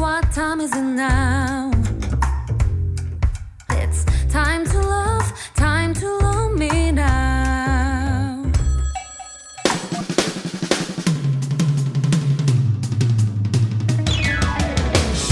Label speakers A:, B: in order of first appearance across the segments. A: What time is it now? It's time to love, time to love me now.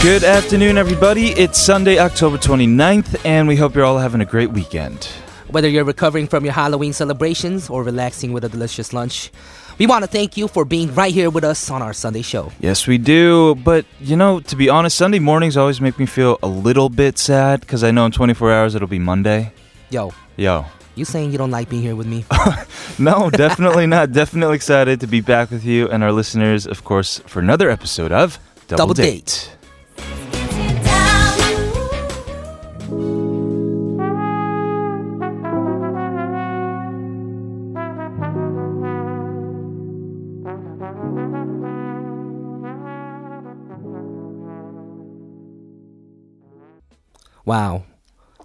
B: Good afternoon, everybody. It's Sunday, October 29th, and we hope you're all having a great weekend.
C: Whether you're recovering from your Halloween celebrations or relaxing with a delicious lunch, we want to thank you for being right here with us on our Sunday show.
B: Yes, we do. But, you know, to be honest, Sunday mornings always make me feel a little bit sad because I know in 24 hours it'll be Monday.
C: Yo,
B: Yo.
C: you saying you don't like being here with me?
B: No, definitely not. Definitely excited to be back with you and our listeners, of course, for another episode of Double,
C: Double
B: Date.
C: Date.
A: Sit down.
C: Wow.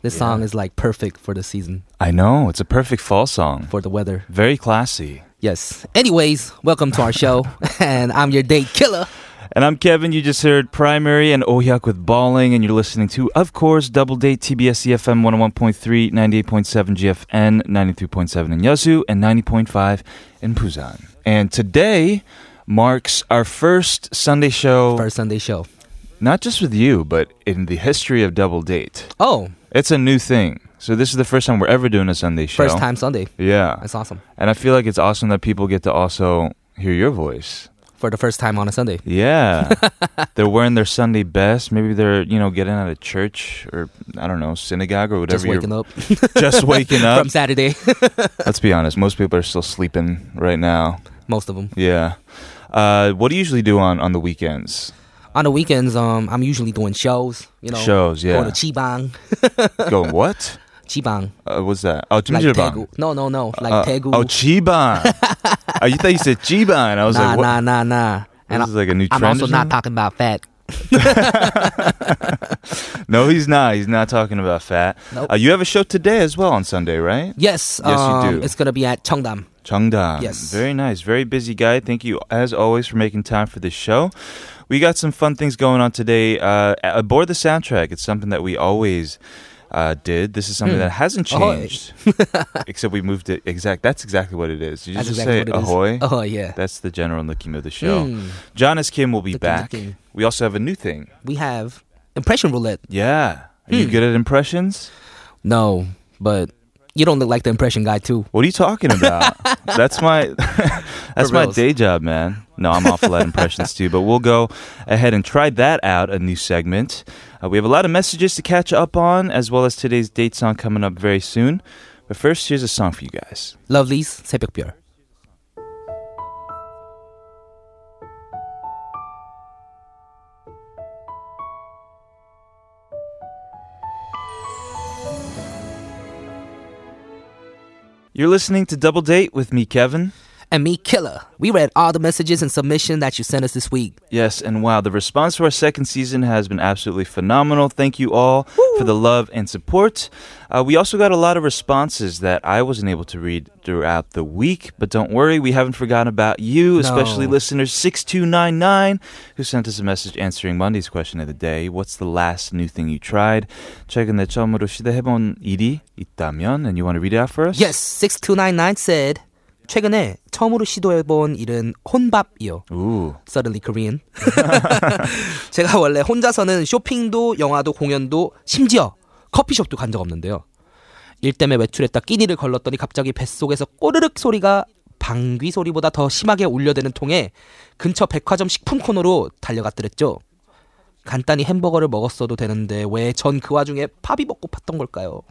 C: This song is like perfect for the season,
B: I know, it's a perfect fall song.
C: for the weather.
B: Very classy.
C: Yes. Anyways, welcome to our show. and I'm your date killer.
B: And I'm Kevin. You just heard Primary and Ohyak with Balling, and you're listening to, of course, Double Date TBS EFM 101.3, 98.7 GFN, 93.7 in Yasu, and 90.5 in Busan. And today marks our first Sunday show,
C: First Sunday show.
B: not just with you, but in the history of Double Date.
C: Oh,
B: It's a new thing. So this is the first time we're ever doing a Sunday show.
C: first time Sunday.
B: Yeah.
C: That's awesome.
B: And I feel like it's awesome that people get to also hear your voice.
C: For the first time on a Sunday.
B: Yeah. they're wearing their Sunday best. Maybe they're, you know, getting out of church or I don't know, synagogue or whatever
C: Just waking
B: you're
C: up
B: just waking up.
C: from Saturday.
B: Let's be honest, most people are still sleeping right now.
C: Most of them.
B: Yeah. Uh, what do you usually do on, on the weekends?
C: On the weekends, um, I'm usually doing shows. You know,
B: Shows, yeah.
C: Going to Chibang.
B: Go what?
C: Chibang.
B: Uh, what's that? Oh,
C: Like
B: Jimjibang.
C: Daegu. No, no, no. Like
B: Uh,
C: Daegu.
B: oh, Chiban. oh, you thought you said Chiban. I was
C: nah,
B: like, what?
C: nah, nah, nah.
B: This
C: And I,
B: is like a new
C: I'm
B: trend or
C: also
B: something?
C: not talking about fat.
B: No, he's not. He's not talking about fat.
C: Nope.
B: Uh, you have a show today as well on Sunday, right?
C: Yes.
B: Yes, you
C: um,
B: do.
C: It's gonna be at Cheongdam.
B: Cheongdam.
C: Yes.
B: Very nice. Very busy guy. Thank you, as always, for making time for this show. We got some fun things going on today. Uh, aboard the soundtrack, it's something that we always uh, did. This is something that hasn't
C: Hmm. Ahoy.
B: changed, except we moved it exact. That's exactly what it is. Did you
C: That's
B: just say
C: exactly what
B: ahoy?
C: it is. Oh yeah.
B: That's the general looking of the show.
C: Mm.
B: John S. Kim will be
C: Looking,
B: back.
C: looking.
B: We also have a new thing.
C: We have impression roulette.
B: Yeah. Are
C: Hmm.
B: you good at impressions?
C: No, but you don't look like the impression guy too.
B: What are you talking about? that's my that's
C: For
B: my
C: reals.
B: day job, man. No, I'm awful at impressions too, but we'll go ahead and try that out, a new segment. Uh, we have a lot of messages to catch up on, as well as today's date song coming up very soon. But first, here's a song for you guys.
C: Lovelies 새벽별.
B: You're listening to Double Date with me, Kevin.
C: And me, Killer. We read all the messages and submission that you sent us this week.
B: Yes, and wow, the response to our second season has been absolutely phenomenal. Thank you all for the love and support. Uh, we also got a lot of responses that I wasn't able to read throughout the week, but don't worry, we haven't forgotten about you, especially
C: No.
B: listener 6299, who sent us a message answering Monday's question of the day What's the last new thing you tried? 최근에 처음으로 시도해본 일이 있다면, and you want to read it out for us?
C: Yes, 6299 said, 최근에 처음으로 시도해본 일은 혼밥이요.
B: Ooh.
C: Suddenly Korean. 제가 원래 혼자서는 쇼핑도 영화도 공연도 심지어 커피숍도 간 적 없는데요. 일 때문에 외출했다 끼니를 걸렀더니 갑자기 뱃속에서 꼬르륵 소리가 방귀 소리보다 더 심하게 울려대는 통에 근처 백화점 식품 코너로 달려갔더랬죠. 간단히 햄버거를 먹었어도 되는데 왜 전 그 와중에 팝이 먹고 팠던 걸까요?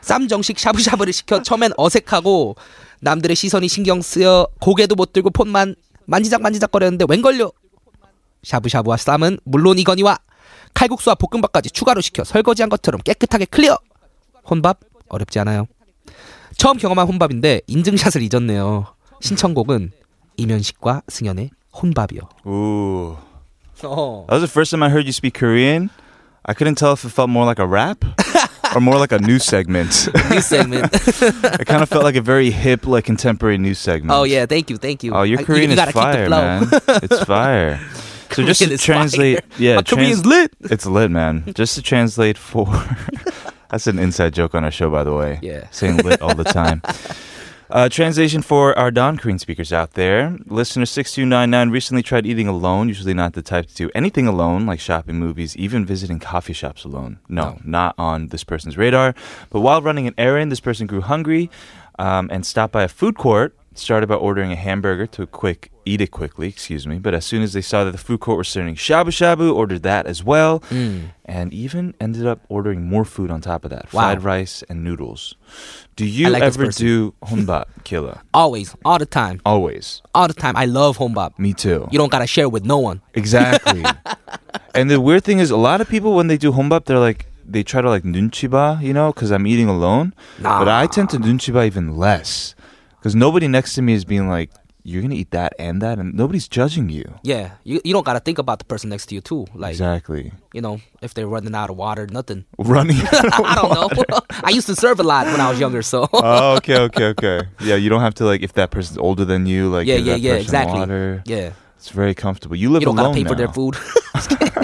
C: 쌈 정식 샤브샤브를 시켜 처음엔 어색하고 남들의 시선이 신경 쓰여 고개도 못 들고 폰만 만지작 만지작 거렸는데 웬걸요? 샤브샤브와 쌈은 물론이거니와 칼국수와 볶음밥까지 추가로 시켜 설거지한 것처럼 깨끗하게 클리어. 혼밥 어렵지 않아요. 처음 경험한 혼밥인데 인증샷을 잊었네요. 신청곡은 이면식과 승연의 혼밥이요.
B: Ooh. That was the first time I heard you speak Korean. I couldn't tell if it felt more like a rap or more like a news segment.
C: New segment.
B: it kind of felt like a very hip, like contemporary news segment.
C: oh yeah, thank Oh, you, thank you.
B: Oh, your
C: I-
B: Korean
C: you, you
B: is
C: gotta keep the
B: fire,
C: flow.
B: man. It's fire. So just to
C: Korean is fire.
B: translate, yeah,
C: My Korean's
B: trans-
C: lit.
B: it's lit, man. Just to translate for, that's an inside joke on our show, by the way.
C: Yeah.
B: saying lit all the time. Uh, translation for our non Korean speakers out there. Listener 6299 recently tried eating alone, usually not the type to do anything alone, like shopping, movies, even visiting coffee shops alone. No, not on this person's radar. But while running an errand, this person grew hungry um, and stopped by a food court. Started by ordering a hamburger to quick eat it quickly, excuse me. But as soon as they saw that the food court was serving shabu shabu, ordered that as well, and even ended up ordering more food on top of that:
C: Wow.
B: fried rice and noodles. Do you
C: like this
B: ever
C: person.
B: do honbap, killer?
C: Always, all the time,
B: Always.
C: all the time. I love hombap.
B: Me too.
C: You don't gotta share with no one.
B: exactly. and the weird thing is, a lot of people when they do honbap, they're like they try to like nunchiba, you know, because I'm eating alone.
C: Nah.
B: But I tend to nunchiba even less because nobody next to me is being like, "You're gonna eat that and that," and nobody's judging you.
C: Yeah, you, you don't gotta think about the person next to you too. Like
B: Exactly.
C: you know, if they're running out of water, nothing.
B: Running.
C: I don't know. I used to serve a lot when I was younger, so
B: oh, okay, okay, okay. Yeah, you don't have to like if that person's older than you, like
C: yeah,
B: give
C: yeah,
B: that
C: yeah,
B: person
C: exactly.
B: water.
C: Yeah,
B: It's very comfortable. You live
C: you don't
B: alone
C: gotta pay for their
B: now.
C: food.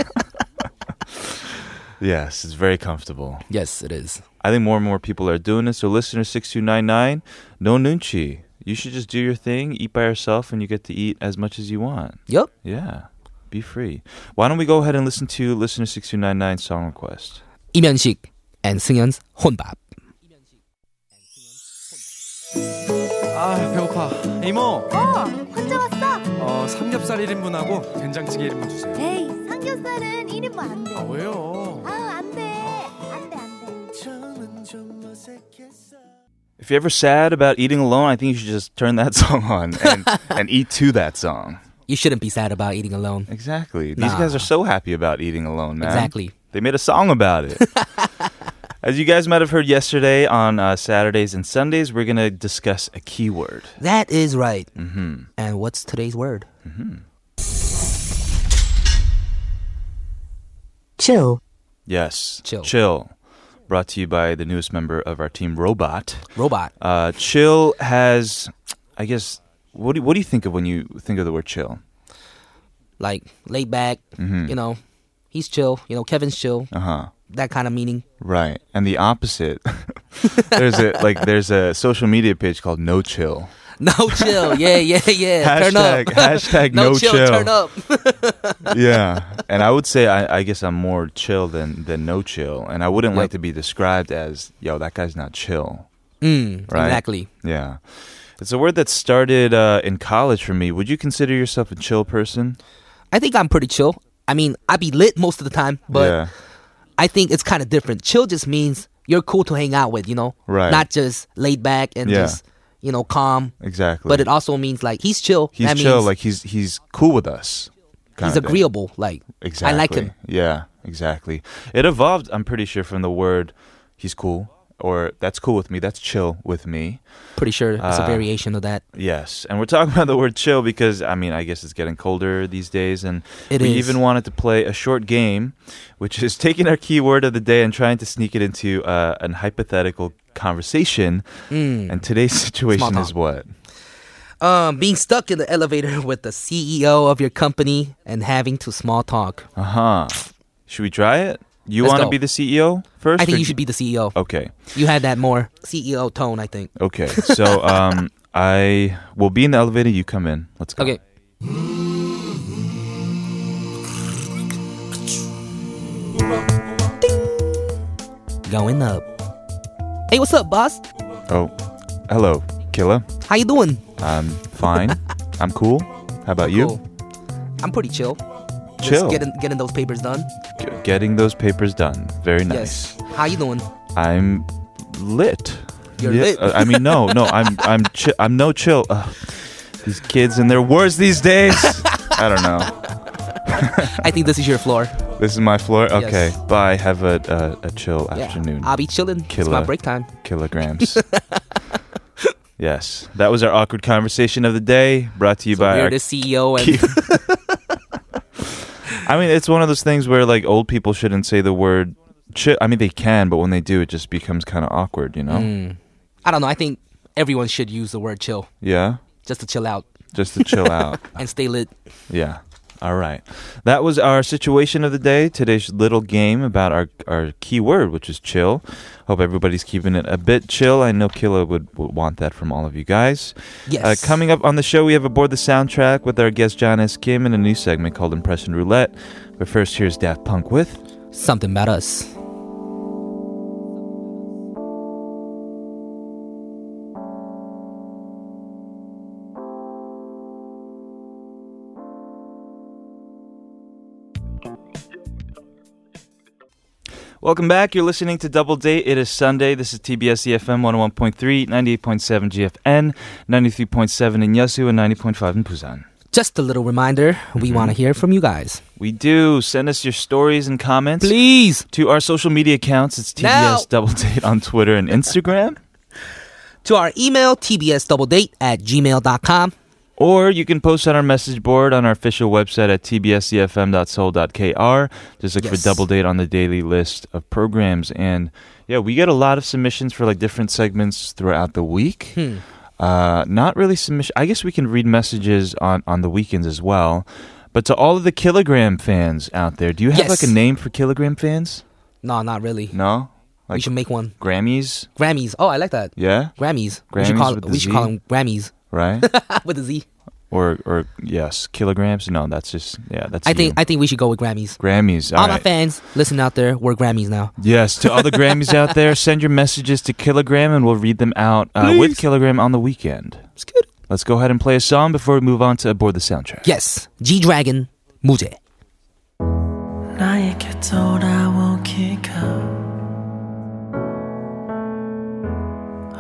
B: Yes, it's very comfortable.
C: yes, it is.
B: I think more and more people are doing this. So, listener 6299, no nunchi. You should just do your thing, eat by yourself, and you get to eat as much as you want.
C: Yep.
B: Yeah, be free. Why don't we go ahead and listen to listener 6299 song request?
C: 이면식 and 승현's 혼밥.
D: 아 배고파 이모
E: 혼자 왔어?
D: 어 삼겹살 1인분하고 된장찌개 1인분 주세요
E: 에이 삼겹살은 1인분 안 돼.
D: 아, 왜요
E: 아우 안 돼. 안 돼, 안 돼.
B: If you're ever sad about eating alone, I think you should just turn that song on and, and eat to that song.
C: You shouldn't be sad about eating alone.
B: Exactly. These
C: Nah.
B: guys are so happy about eating alone, man.
C: Exactly.
B: They made a song about it. As you guys might have heard yesterday on uh, Saturdays and Sundays, we're going to discuss a keyword.
C: That is right.
B: Mm-hmm.
C: And what's today's word?
F: chill,
B: Yes.
C: Chill.
B: Chill. Brought to you by the newest member of our team, Robot.
C: Robot.
B: Uh, chill has, I guess, what do, what do you think of when you think of the word chill?
C: Like laid back.
B: Mm-hmm.
C: You know, he's chill. You know, Kevin's chill.
B: Uh huh.
C: That kind of meaning.
B: Right. And the opposite. there's a like there's a social media page called No Chill.
C: No chill. Yeah, yeah, yeah. turn
B: hashtag
C: up.
B: hashtag
C: no,
B: No,
C: chill, Turn up.
B: yeah. And I would say I, I guess I'm more chill than than no chill. And I wouldn't like to
C: Yep.
B: be described as yo that guy's not chill.
C: Mm,
B: Right.
C: Exactly.
B: Yeah. It's a word that started uh, in college for me. Would you consider yourself a chill person?
C: I think I'm pretty chill. I mean, I be lit most of the time, but
B: yeah.
C: I think it's kind of different. Chill just means you're cool to hang out with, you know?
B: Right.
C: Not just laid back and
B: Yeah.
C: just, you know, calm.
B: Exactly.
C: But it also means like he's chill.
B: he's
C: that
B: chill,
C: means
B: like he's he's cool with us.
C: he's
B: kinda thing.
C: agreeable. Like
B: Exactly.
C: I like him.
B: Yeah, exactly. It evolved, I'm pretty sure, from the word he's cool or that's cool with me, that's chill with me.
C: Pretty sure it's
B: Uh,
C: a variation of that.
B: Yes. And we're talking about the word chill because, I mean, I guess it's getting colder these days. And
C: It
B: we
C: is.
B: even wanted to play a short game, which is taking our key word of the day and trying to sneak it into uh, an hypothetical conversation.
C: Mm.
B: And today's situation
C: Small
B: is what?
C: um, being stuck in the elevator with the CEO of your company and having to small talk.
B: Uh huh. Should we try it? You
C: Let's
B: want to
C: go.
B: be the CEO first?
C: I think
B: or-
C: you should be the CEO.
B: Okay.
C: You had that more CEO tone, I think.
B: Okay. So um, I will be in the elevator. You come in. Let's go.
C: Okay. Going up. Hey, what's up, boss?
B: Oh, hello, Killa.
C: How you doing?
B: I'm fine. I'm cool. How about you?
C: Cool. I'm pretty chill.
B: Chill.
C: Just getting getting those papers done.
B: G- getting those papers done. Very nice.
C: Yes. How you doing?
B: I'm lit.
C: You're lit.
B: uh, I mean, no, no. I'm I'm chi- I'm no chill. Ugh. these kids and their words these days. I don't know.
C: I think this is your floor.
B: This is my floor. Okay.
C: Yes.
B: Bye. Have a a, a chill afternoon.
C: I'll be chilling. It's my
B: Killer.
C: break time.
B: kilograms. yes, that was our awkward conversation of the day, brought to you
C: So
B: by. Our,
C: we're the CEO and
B: Ki- I mean, it's one of those things where like old people shouldn't say the word. Chi- I mean, they can, but when they do, it just becomes kind of awkward, you know?
C: Mm. I don't know. I think everyone should use the word chill
B: Yeah,
C: just to chill out
B: just to chill out.
C: and stay lit.
B: Yeah, All right. That was our situation of the day. Today's little game about our, our key word, which is chill. Hope everybody's keeping it a bit chill. I know Killa would, would want that from all of you guys.
C: Yes.
B: Uh, coming up on the show, we have Aboard the Soundtrack with our guest John S. Kim in a new segment called Impression Roulette. But first, here's Daft Punk with.
C: Something about us.
B: Welcome back. You're listening to Double Date. It is Sunday. This is TBS EFM 101.3, 98.7 GFN, 93.7 in Yasu, and 90.5 in Busan.
C: Just a little reminder,
B: Mm-hmm.
C: we want to hear from you guys.
B: We do. Send us your stories and comments.
C: Please.
B: To our social media accounts, it's TBS
C: Now.
B: Double Date on Twitter and Instagram.
C: To our email, tbsdoubledate at gmail.com.
B: Or you can post on our message board on our official website at tbscfm.soul.kr. Just look
C: Yes.
B: for Double Date on the daily list of programs. And yeah, we get a lot of submissions for like different segments throughout the week.
C: Hmm.
B: Uh, not really submission. I guess we can read messages on, on the weekends as well. But to all of the Kilogram fans out there, do you have
C: Yes.
B: like a name for Kilogram fans?
C: No, not really.
B: No?
C: we
B: Like
C: should make one.
B: Grammys?
C: Grammys. Oh, I like that.
B: Yeah?
C: Grammys. we should
B: Grammys
C: call,
B: with the
C: we should call
B: Z?
C: them Grammys.
B: Right?
C: with a Z.
B: or or yes, kilograms? No, that's just yeah, that's
C: I
B: you.
C: think I think we should go with Grammys.
B: Grammys.
C: All,
B: All
C: my
B: right.
C: fans, listen out there, we're Grammys now.
B: Yes, to all the Grammys out there, send your messages to Kilogram and we'll read them out uh, with Kilogram on the weekend.
C: It's good.
B: Let's go ahead and play a song before we move on to aboard the soundtrack.
C: Yes. G Dragon 무죄.
F: 나에게 돌아오기가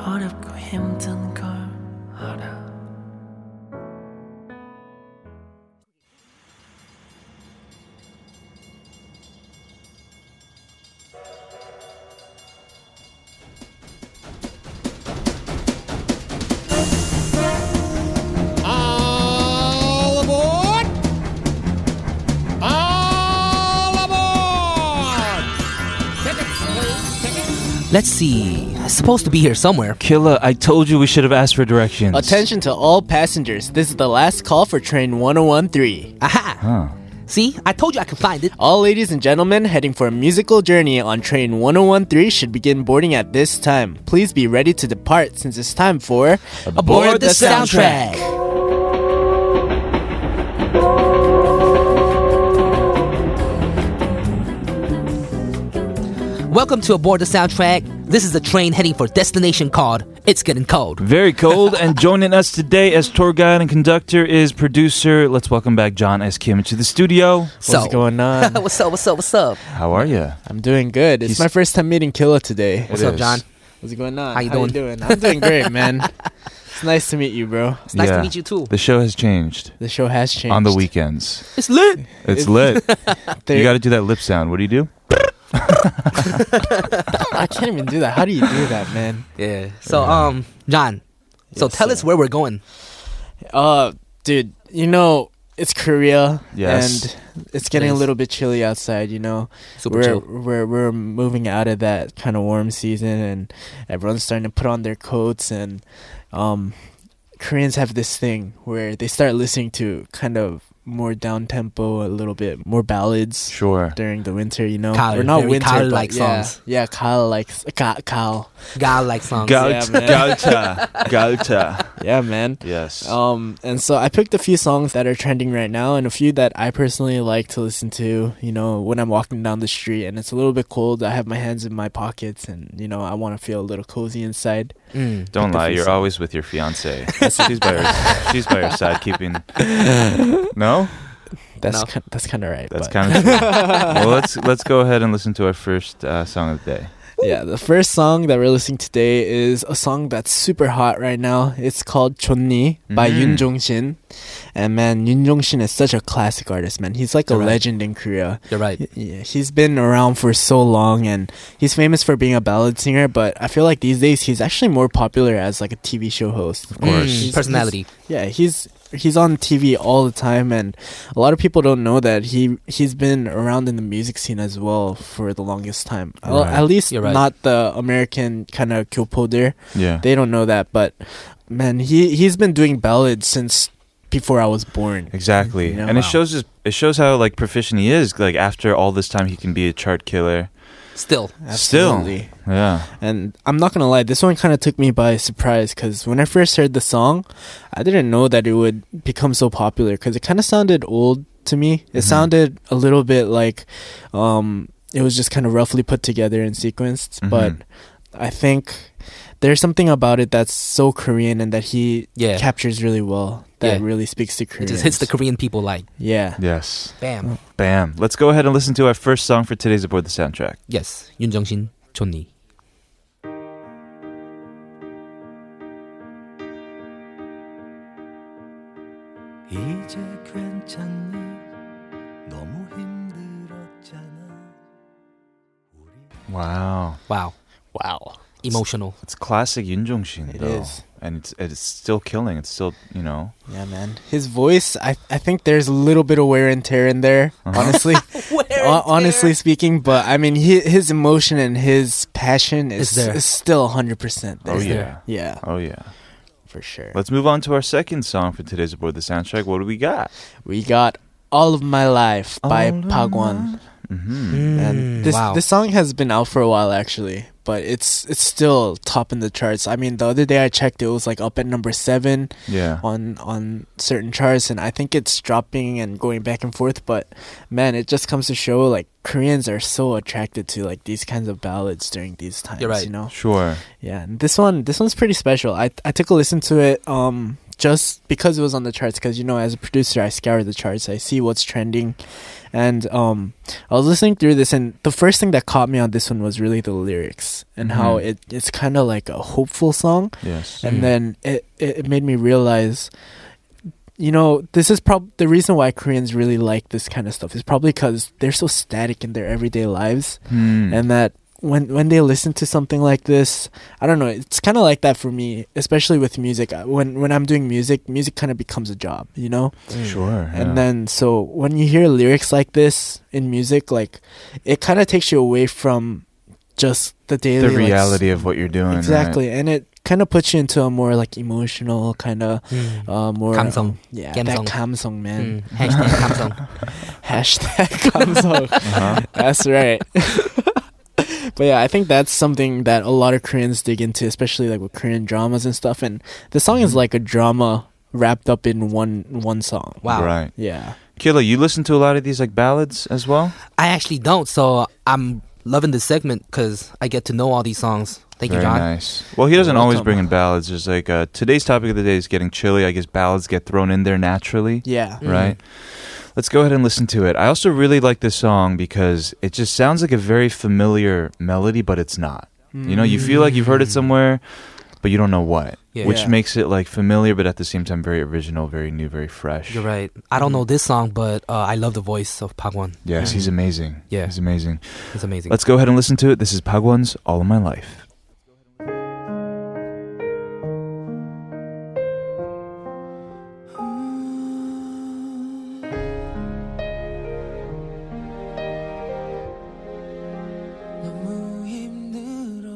F: 어렵고 힘든 걸 알아.
G: All aboard! All aboard! Tickets, please. Tickets.
C: Let's see. It's supposed to be here somewhere.
B: Killa, I told you we should have asked for directions.
H: Attention to all passengers. This is the last call for train 1013.
C: Aha.
B: Huh.
C: See? I told you I could find it.
H: All ladies and gentlemen heading for a musical journey on train 1013 should begin boarding at this time. Please be ready to depart since it's time for
C: Aboard the soundtrack. Welcome to Aboard the Soundtrack. This is a train heading for destination called It's Getting Cold.
B: Very cold, and joining us today as tour guide and conductor is producer. Let's welcome back John S. Kim into the studio.
C: so,
H: What's going on?
C: what's up, what's up, what's up?
B: How are you?
H: I'm doing good. It's
B: He's-
H: my first time meeting Killa today.
C: What's up, John?
H: What's going on?
C: How you doing?
H: doing? I'm doing great, man. It's nice to meet you, bro.
C: It's nice to meet you too.
B: The show has changed
H: The show has changed.
B: on the weekends.
C: It's lit.
B: It's lit.
H: There-
B: you got to do that lip sound. What do you do?
H: I can't even do that. How do you do that, man?
C: Yeah. So, um, John, so
H: Yes,
C: tell
H: sir.
C: us where we're going.
H: Uh, dude, you know it's Korea,
B: Yes.
H: and it's getting a
C: is.
H: little bit chilly outside. You know,
C: Super
H: we're
C: chill.
H: we're we're moving out of that kind of warm season, and everyone's starting to put on their coats. And um, Koreans have this thing where they start listening to kind of more down tempo, a little bit more ballads
B: Sure.
H: during the winter. You know,
C: Kyle,
H: we're not
C: very
H: winter,
C: Kyle-like
H: but yeah,
C: songs.
H: yeah, Kyle likes Ka- Kyle.
C: God like songs.
H: Ga-
B: Gout,
H: man.
B: Gauta. Gauta.
H: Yeah, man.
B: Yes.
H: Um, and so I picked a few songs that are trending right now, and a few that I personally like to listen to. You know, when I'm walking down the street and it's a little bit cold, I have my hands in my pockets, and you know, I want to feel a little cozy inside.
C: Mm.
B: Don't
H: Pick the
B: lie, you're
H: face.
B: always with your fiance. she's by her, she's by her side, keeping. No,
H: That's
C: No.
H: ki- that's kind of right.
B: that's
H: but-
B: kind of. True. well, let's let's go ahead and listen to our first uh, song of the day.
H: yeah. The first song that we're listening today is a song that's super hot right now. It's called "Chonni" by
B: Mhm.
H: Yoon Jong Shin, and man, Yoon Jong Shin is such a classic artist. Man, he's like a
C: Correct.
H: legend in Korea.
C: You're right.
H: Yeah, he's been around for so long and he's famous for being a ballad singer, but I feel like these days he's actually more popular as like a TV show host. Of
B: course.
C: Mm, personality.
H: yeah, he's he's on TV all the time and a lot of people don't know that he he's been around in the music scene as well for the longest time. Well,
B: Right.
H: at least
C: You're right.
H: not the American kind of Kyopo there.
B: Yeah.
H: They don't know that, but man, he he's been doing ballads since before I was born.
B: Exactly,
H: You know?
B: and it shows his, it shows how like proficient he is. Like after all this time, he can be a chart killer.
C: Still.
H: Absolutely.
B: Still, yeah,
H: And I'm not gonna lie, this one kind of took me by surprise because when I first heard the song, I didn't know that it would become so popular because it kind of sounded old to me.
B: Mhm.
C: Mm-hmm.
H: It sounded a little bit like um, it was just kind of roughly put together and sequenced.
C: Mm-hmm.
B: Mhm.
H: But I think there's something about it that's so Korean and that he
C: Yeah.
H: captures really well. That
C: Yeah.
H: really speaks to
C: It
H: Koreans.
C: just hits the Korean people like
H: yeah.
B: yes,
C: bam.
H: Mm.
B: bam. Let's go ahead and listen to our first song for today's aboard the soundtrack.
C: Yes. 윤정신, 존니.
I: 이제 괜찮니? 너무 힘들었잖아.
B: Wow,
C: Wow.
H: Wow.
C: Emotional.
B: it's classic Yun Jong Shin.
H: It
B: though.
H: is.
B: and it's it's still killing. It's still you know.
H: Yeah, man. His voice, I, I think there's a little bit of wear and tear in there,
B: Uh-huh.
H: honestly. Hon- honestly speaking, but I mean, his, his emotion and his passion is,
C: Is there.
H: is still 100% there.
B: Oh yeah,
C: there.
H: Yeah,
B: oh yeah.
H: for sure.
B: Let's move on to our second song for today's aboard the soundtrack. What do we got?
H: We got All of My Life by
B: All of
H: Pagwan.
B: Mm-hmm.
H: And this
C: wow.
H: this song has been out for a while actually, but it's it's still top in the charts. I mean, the other day I checked, it was like up at number 7
B: Yeah.
H: on on certain charts and I think it's dropping and going back and forth, but man, it just comes to show like Koreans are so attracted to like these kinds of ballads during these times,
C: You're right.
H: you know.
B: Sure.
H: Yeah, and this one, this one's pretty special. I I took a listen to it, um, just because it was on the charts. Because you know, as a producer, I scour the charts. I see what's trending, and um, I was listening through this, and the first thing that caught me on this one was really the lyrics and how
C: Mm-hmm.
B: Mhm.
H: it it's kind of like a hopeful song,
B: Yes.
H: and then it it it made me realize. You know, this is probably the reason why Koreans really like this kind of stuff is probably because they're so static in their everyday lives
B: Hmm.
H: and that when when they listen to something like this, I don't know, it's kind of like that for me, especially with music. I- When when I'm doing music, music kind of becomes a job, you know.
B: sure. yeah.
H: And then so when you hear lyrics like this in music, like it kind of takes you away from just the
B: the
H: daily like, s-
B: reality of what you're doing. right?
H: exactly, and it kind of puts you into a more like emotional kind of uh, more
C: 감성.
H: yeah,
C: 감성.
H: that 감성 man.
C: 음, Mm, hashtag 감성.
H: Hashtag 감성.
B: Uh-huh.
H: That's right. but yeah, I think that's something that a lot of Koreans dig into, especially like with Korean dramas and stuff. And the song
B: Mm-hmm.
H: is like a drama wrapped up in one one song.
C: Wow.
B: Right.
H: Yeah.
B: Killa, you listen to a lot of these like ballads as well?
C: I actually don't, so I'm loving this segment because I get to know all these songs. Thank
B: Very
C: you, John.
B: nice. Well, he doesn't
H: You're
B: always
H: welcome.
B: bring in ballads. There's like uh, today's topic of the day is getting chilly. I guess ballads get thrown in there naturally,
H: Yeah.
C: Mm.
B: right? Let's go ahead and listen to it. I also really like this song because it just sounds like a very familiar melody, but it's not. You know, you feel like you've heard it somewhere, but you don't know what,
C: Mm. Yeah.
B: which
H: Yeah.
B: makes it like familiar, but at the same time very original, very new, very fresh.
C: You're right. I don't know this song, but uh, I love the voice of Pagwan.
B: Yes, he's amazing.
C: Mm. Yeah.
B: he's amazing.
C: It's amazing.
B: Let's go ahead and listen to it. This is Pagwan's All of My Life.
I: 너무 힘들어.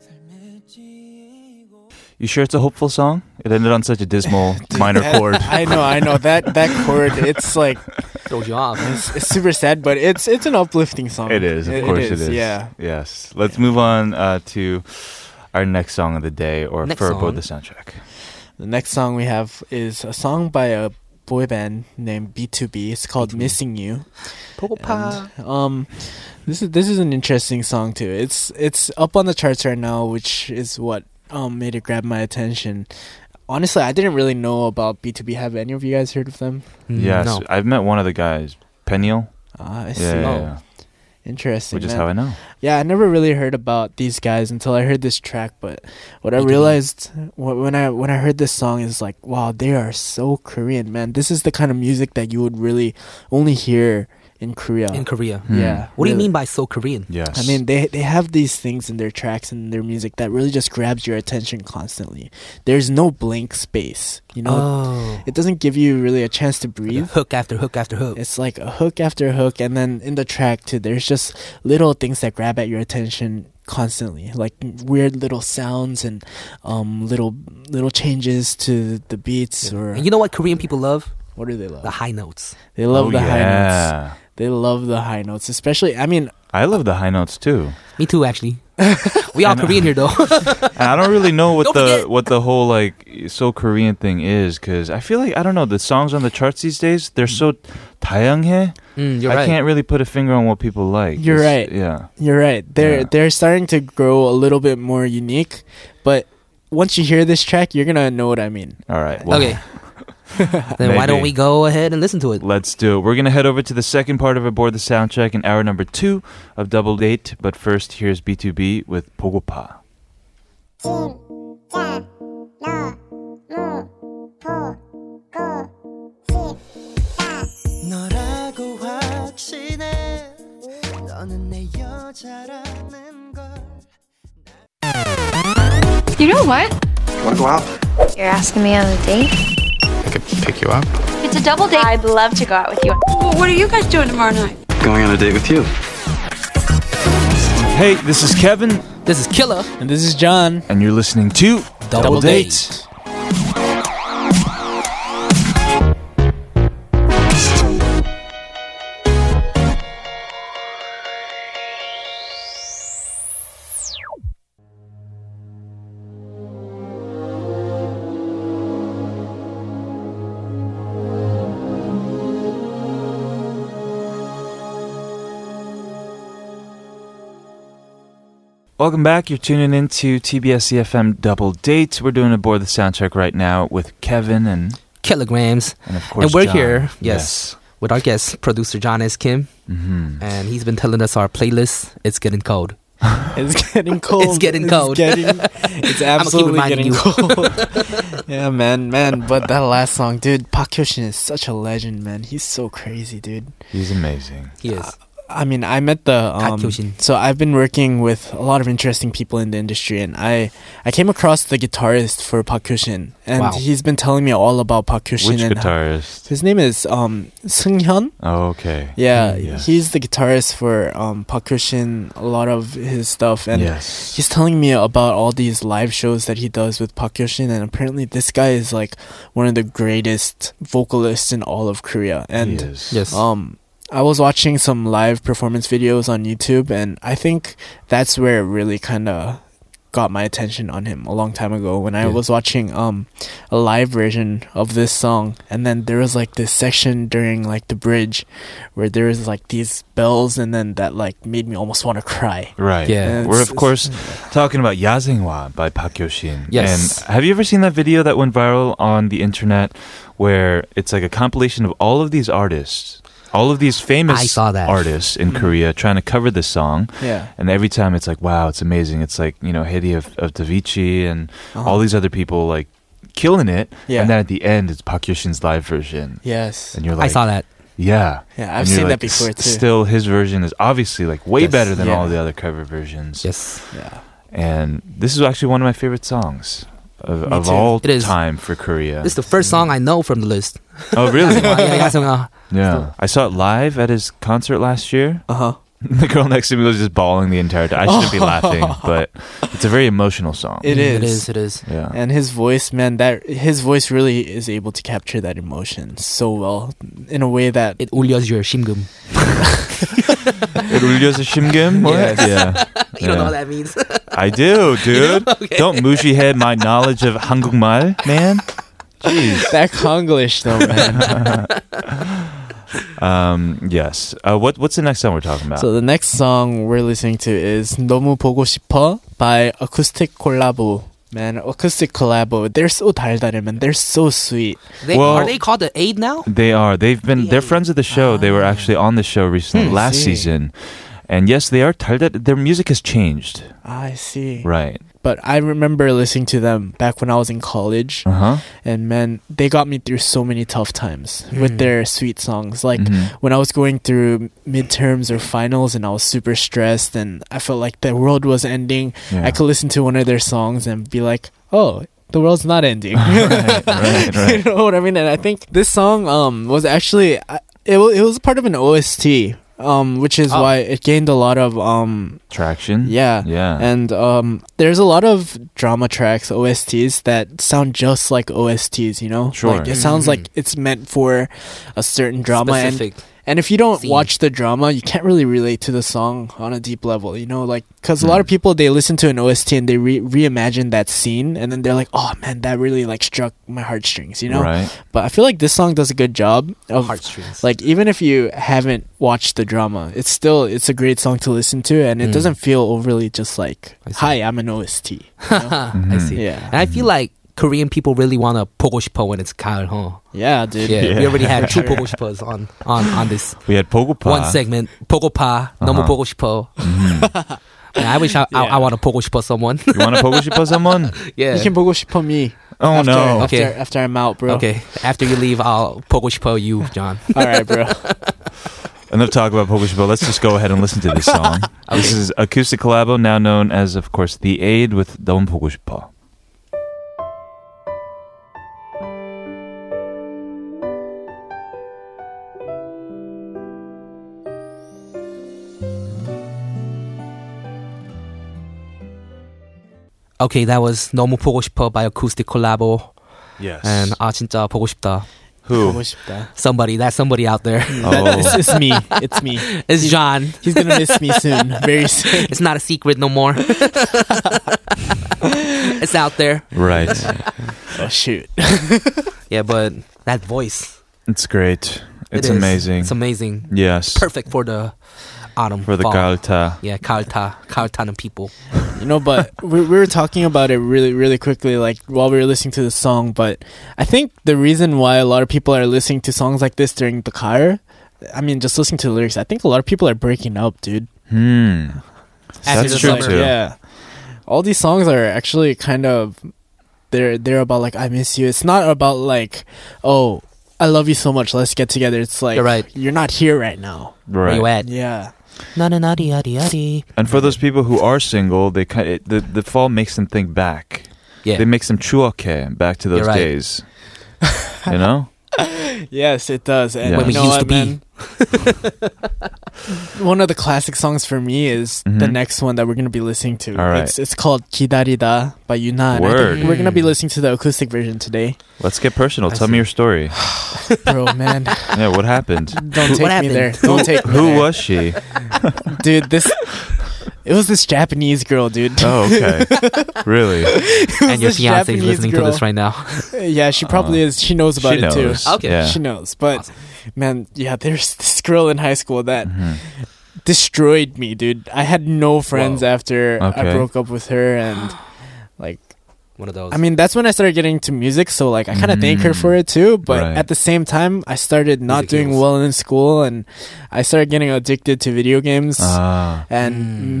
I: 삶에 찌고.
B: You sure it's a hopeful song? It ended on such a dismal minor
H: That-
B: chord.
H: I know, I know that that chord. It's like
C: throws you off.
H: it's, it's super sad, but it's it's an uplifting song.
B: It is, of course it is.
H: Um, Yeah.
B: Yes. Let's move on uh, to our next song of the day or
C: Next
B: for aboard
C: song.
B: the soundtrack.
H: The next song we have is a song by a boy band named B2B. It's called "Missing You."
C: Pogopa.
H: Um, this is this is an interesting song too. It's it's up on the charts right now, which is what um made it grab my attention. Honestly, I didn't really know about B2B. Have any of you guys heard of them?
C: Mm,
B: yes.
C: No.
B: I've met one of the guys, Peniel.
H: Ah, I see.
B: Yeah, yeah,
C: Oh.
B: yeah.
H: Interesting.
B: Which is
H: man.
B: how I know.
H: Yeah, I never really heard about these guys until I heard this track. But what I realized wh- when I when I heard this song is like, wow, they are so Korean, man. This is the kind of music that you would really only hear in Korea.
C: in Korea.
B: Hmm.
H: Yeah.
C: What do you
H: really.
C: mean by so Korean?
B: Yes.
H: I mean, they they have these things in their tracks and their music that really just grabs your attention constantly. There's no blank space, you know.
C: Oh,
H: It doesn't give you really a chance
C: Yeah,
H: to breathe.
C: hook after hook after hook.
H: It's like a hook after hook, and then in the track too, there's just little things that grab at your attention constantly, like weird little sounds and um, little little changes to the beats or
C: And you Ah. know what Korean people love?
H: what do they love?
C: The high notes.
H: They love
B: Oh,
H: the high notes.
B: yeah.
H: They love the high notes, especially. I mean,
B: I love the high notes too.
C: Me too, actually. we all
B: I know.
C: Korean here, though.
B: And I don't really know what
C: Don't
B: the
C: forget.
B: what the whole like so Korean thing is because I feel like I don't know the songs on the charts these days they're so 다양해.
C: Mm, you're
B: I
C: right.
B: can't really put a finger on what people like.
H: You're
B: It's-
H: right.
B: Yeah.
H: You're right. They're
B: Yeah.
H: they're starting to grow a little bit more unique, but once you hear this track, you're gonna know what I mean.
B: All right. Well,
C: Okay. then why don't we
B: Maybe.
C: go ahead and listen to it?
B: Let's do it. We're gonna head over to the second part of Aboard the Soundtrack in hour number two of Double Date. But first, here's B2B with 보고파.
E: 진짜 너무 보고 싶다
I: 너라고 확신해 너는 내 여자라는 걸
A: You know what?
I: Wanna go out?
E: You're asking me on a date?
A: It's a double date. I'd love to go out with you. Well, what are you guys doing tomorrow night?
I: Going on a date with you
B: Hey, this is Kevin,
C: This is Killer.
H: And this is John.
B: and you're listening to
C: Double Date.
B: Welcome back. You're tuning in to TBS EFM E Double Date. We're doing Aboard the Soundtrack right now with Kevin and,
C: Kilograms.
B: and of course
C: and we're
B: John.
C: here, yes, with our guest, producer John S. Kim.
B: hmm
C: And he's been telling us our playlist. It's getting cold.
H: It's getting cold.
C: It's getting cold.
H: getting- it's absolutely
C: reminding
H: getting
C: you.
H: cold. yeah, man, man. But that last song, dude, Park Hyoshin is such a legend, man. He's so crazy, dude.
B: He's amazing.
C: He is.
H: I mean, I met the
C: Park
H: um,
C: Hyoshin.
H: so I've been working with a lot of interesting people in the industry, and I I came across the guitarist for Park Hyoshin, and
C: Wow.
H: he's been telling me all about Park Hyoshin
B: Which
H: and how-
B: guitarist?
H: his name is um Seung Hyun.
B: Oh, okay.
H: Yeah,
B: Yes.
H: he's the guitarist for um Park Hyoshin, a lot of his stuff, and
B: yes.
H: he's telling me about all these live shows that he does with Park Hyoshin, and apparently this guy is like one of the greatest vocalists in all of Korea, and.
B: he is.
C: Yes.
H: Um, I was watching some live performance videos on YouTube, and I think that's where it really kind of got my attention on him a long time ago when I
C: Yeah.
H: was watching um a live version of this song and then there was like this section during like the bridge where there was like these bells and then that like made me almost want to cry.
B: Right.
C: Yeah.
H: And
B: We're
H: it's-
B: of course talking about Yazingwa by Park Hyoshin.
C: Yes.
B: And have you ever seen that video that went viral on the internet where it's like a compilation of all of these artists, all of these famous
C: I saw that.
B: artists in Korea trying to cover this song.
H: Mm-hmm. yeah.
B: And every time it's like, wow, it's amazing. It's like, you know, Hideo of, of Davichi and all these other people like killing it.
H: Uh-huh. Yeah.
B: And then at the end, it's Park Hyoshin's live version.
H: Yes.
B: And you're like,
C: I saw that.
B: yeah.
H: Yeah,
B: And
H: I've
B: you're
H: seen
B: like,
H: that before
B: "S-
H: too.
B: Still, his version is obviously like way
C: Yes.
B: better than
H: Yeah.
B: all the other cover versions.
C: Yes.
H: yeah.
B: And this is actually one of my favorite songs of,
H: Me
B: of
H: too.
B: all
C: It is.
B: time for Korea.
C: This is the first song I know from the list. Mm,
B: oh, really?
C: Yeah, yeah, yeah.
B: yeah. I saw it live at his concert last year.
H: Uh-huh.
B: The girl next to me was just bawling the entire time. I shouldn't be laughing, but it's a very emotional song.
H: It
C: It
H: is.
C: is. It is.
B: yeah.
H: and his voice man that his voice really is able to capture that emotion so well in a way that
C: It 울려서 your 심금.
B: It 울려서 심금? What?
H: Yes.
B: Yeah.
C: You don't
B: Yeah.
C: know what that means.
B: I do, dude. Don't mushy head my knowledge of 한국말, man.
H: that Konglish though man
B: Um, yes. Uh, what What's the next song we're talking about?
H: so the next song we're listening to is 너무 보고 싶어 by acoustic collabo man acoustic collabo they're so 달달해 man they're so sweet
C: They,
B: Well-
C: are they called the Aid now?
B: They are. They've been. They're friends of the show. They were actually on the show recently
H: Hmm.
B: last
H: See.
B: season, and yes, they are. Tired. Their music has changed.
H: I see
B: Right.
H: but I remember listening to them back when I was in college,
B: Uh huh.
H: and man, they got me through so many tough times
C: Mm.
H: with their sweet songs. Like when I was going through midterms or finals, and I was super stressed, and I felt like the world was ending.
B: Yeah.
H: I could listen to one of their songs and be like, "Oh, the world's not ending."
B: Right, right, right.
H: you know what I mean? And I think this song um was actually I- it wa- it was part of an OST um which is
C: Oh.
H: why it gained a lot of um
B: Traction.
H: yeah.
B: Yeah.
H: And um, there's a lot of drama tracks, OSTs, that sound just like OSTs, you know?
B: Sure.
H: Like, it sounds like it's meant for a certain drama. And,
C: Specific.
H: and if you don't
C: Scene.
H: watch the drama, you can't really relate to the song on a deep level, you know? Like, because a lot of people, they listen to an OST and they re- reimagine that scene, and then they're like, oh, man, that really, like, struck my heartstrings, you know?
B: Right.
H: But I feel like this song does a good job of
C: heartstrings.
H: like even if you haven't watched the drama it's still it's a great song to listen to and it
C: Mm.
H: doesn't feel overly just like
C: I see.
H: hi i'm an ost you know?
C: I
B: Mm-hmm.
C: see.
H: yeah
C: And I feel like Korean people really want to 보고 싶어 when it's 가을, huh?
H: yeah dude
C: Yeah,
B: Yeah.
C: we already had two 보고 싶어's on on on this
B: We had Pogopa.
C: one segment. 보고파, 너무
B: Uh-huh.
C: 보고 싶어.
B: Mm-hmm.
C: Man, I wish I, I, I
H: Yeah.
C: want to 보고 싶어 someone.
B: You want to Pogopa someone?
C: yeah.
H: you can 보고 싶어 me
B: Oh
H: after,
B: no.
H: after,
C: Okay.
H: after i'm out bro
C: Okay. After you leave, I'll 보고 싶어 you, John.
H: all right bro
B: Enough talk about Pogopa. Let's just go ahead and listen to this song. This is Acoustic Collabo, now known as, of course, The Aid with Don Pogopa.
C: Okay, that was 너무 보고 싶어 by acoustic collabo.
B: Yes.
C: And Ah 아 진짜 보고 싶다.
B: who?
H: 보고 싶다.
C: Somebody, that's somebody out there.
H: Mm.
B: Oh.
H: it's, it's me it's me
C: It's John.
H: he's gonna miss me soon very soon
C: It's not a secret no more. it's out there.
B: Right.
H: oh shoot
C: Yeah, but that voice.
B: It's great.
C: it
B: It's
C: is.
B: amazing.
C: It's amazing.
B: yes.
C: Perfect for the autumn.
B: For the
C: fall.
B: Galta.
C: Yeah, Kalta, Kaltana people.
H: you know but we, we were talking about it really really quickly like while we were listening to the song but i think the reason why a lot of people are listening to songs like this during the car i mean just listening to the lyrics i think a lot of people are breaking up dude
B: Hmm.
C: After
B: That's
C: the
B: true
C: summer.
B: too.
H: yeah all these songs are actually kind of they're they're about like i miss you it's not about like oh i love you so much let's get together it's like
C: You're right.
H: you're not here right now
C: Where you
B: Right.
C: at?
H: yeah
C: Na na na di, ah, di, ah, di.
B: And for those people who are single, they kind it, the the fall makes them think back.
C: Yeah.
B: They makes them chuoke back to those
C: You're right.
B: days. you know?
H: Yes, it does. And
B: Yeah. When we
H: you know
C: used
H: what,
C: to be.
H: man? one of the classic songs for me is the
B: Mhm.
H: next one that we're gonna be listening to.
B: All right.
H: It's it's called Kidarida by Yuna. and I think
B: Word.
H: We're gonna be listening to the acoustic version today,
B: Let's get personal.
C: I
B: Tell
C: see.
B: me your story.
H: bro. Man,
B: Yeah, what happened?
H: don't take me
C: happened?
H: there. Don't take me
B: Who
H: there.
B: was she?
H: dude? This it was this Japanese girl, dude.
B: Oh, okay. really?
C: And your
H: this
C: fiance is
H: Japanese
C: listening to
H: girl.
C: this right now.
H: Yeah, she probably is. She knows
B: Uh, she
H: about it
B: knows.
H: too.
C: Okay.
B: Yeah.
H: She knows, but
C: Awesome.
H: man, yeah, there's this girl in high school that
B: Mhm.
H: destroyed me, dude. I had no friends
C: Whoa.
H: after
B: Okay.
H: I broke up with her, and like,
C: One of those.
H: I mean, that's when I started getting into music. So like, I kind of thank her
B: Mm.
H: for it too. But
B: Right.
H: at the same time, I started not
C: Music
H: doing
C: heals.
H: well in school, and I started getting addicted to video games.
B: Ah,
H: and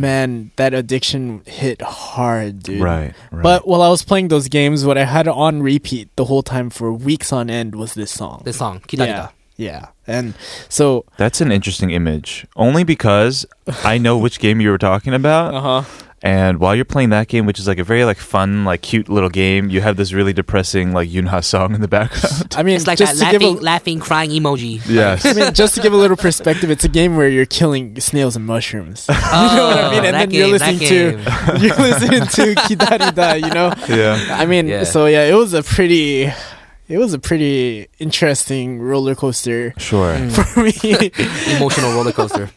C: Mm.
H: man, that addiction hit hard, dude.
B: right, right.
H: But while I was playing those games, what I had on repeat the whole time for weeks on end was this song.
C: this song,
H: yeah,
C: Kidarida.
H: yeah. And so,
B: That's an interesting image. Only because I know which game you were talking about.
H: uh huh.
C: Uh-huh.
B: And while you're playing that game, which is like a very like fun, like cute little game, you have this really depressing like Yunha song in the background.
H: I mean,
C: It's like
H: just
C: that
H: to give a-
C: laughing, laughing, crying emoji.
B: yes.
H: I mean, just to give a little perspective, it's a game where you're killing snails and mushrooms. you know what I
C: Oh,
H: mean? And
C: that
H: then
C: game, that
H: you're listening to
C: game.
H: you're listening to Kidarida, you know?
B: yeah.
H: I mean,
C: Yeah.
H: so yeah, it was a pretty it was a pretty interesting roller coaster
B: Sure.
H: for me.
C: emotional roller coaster.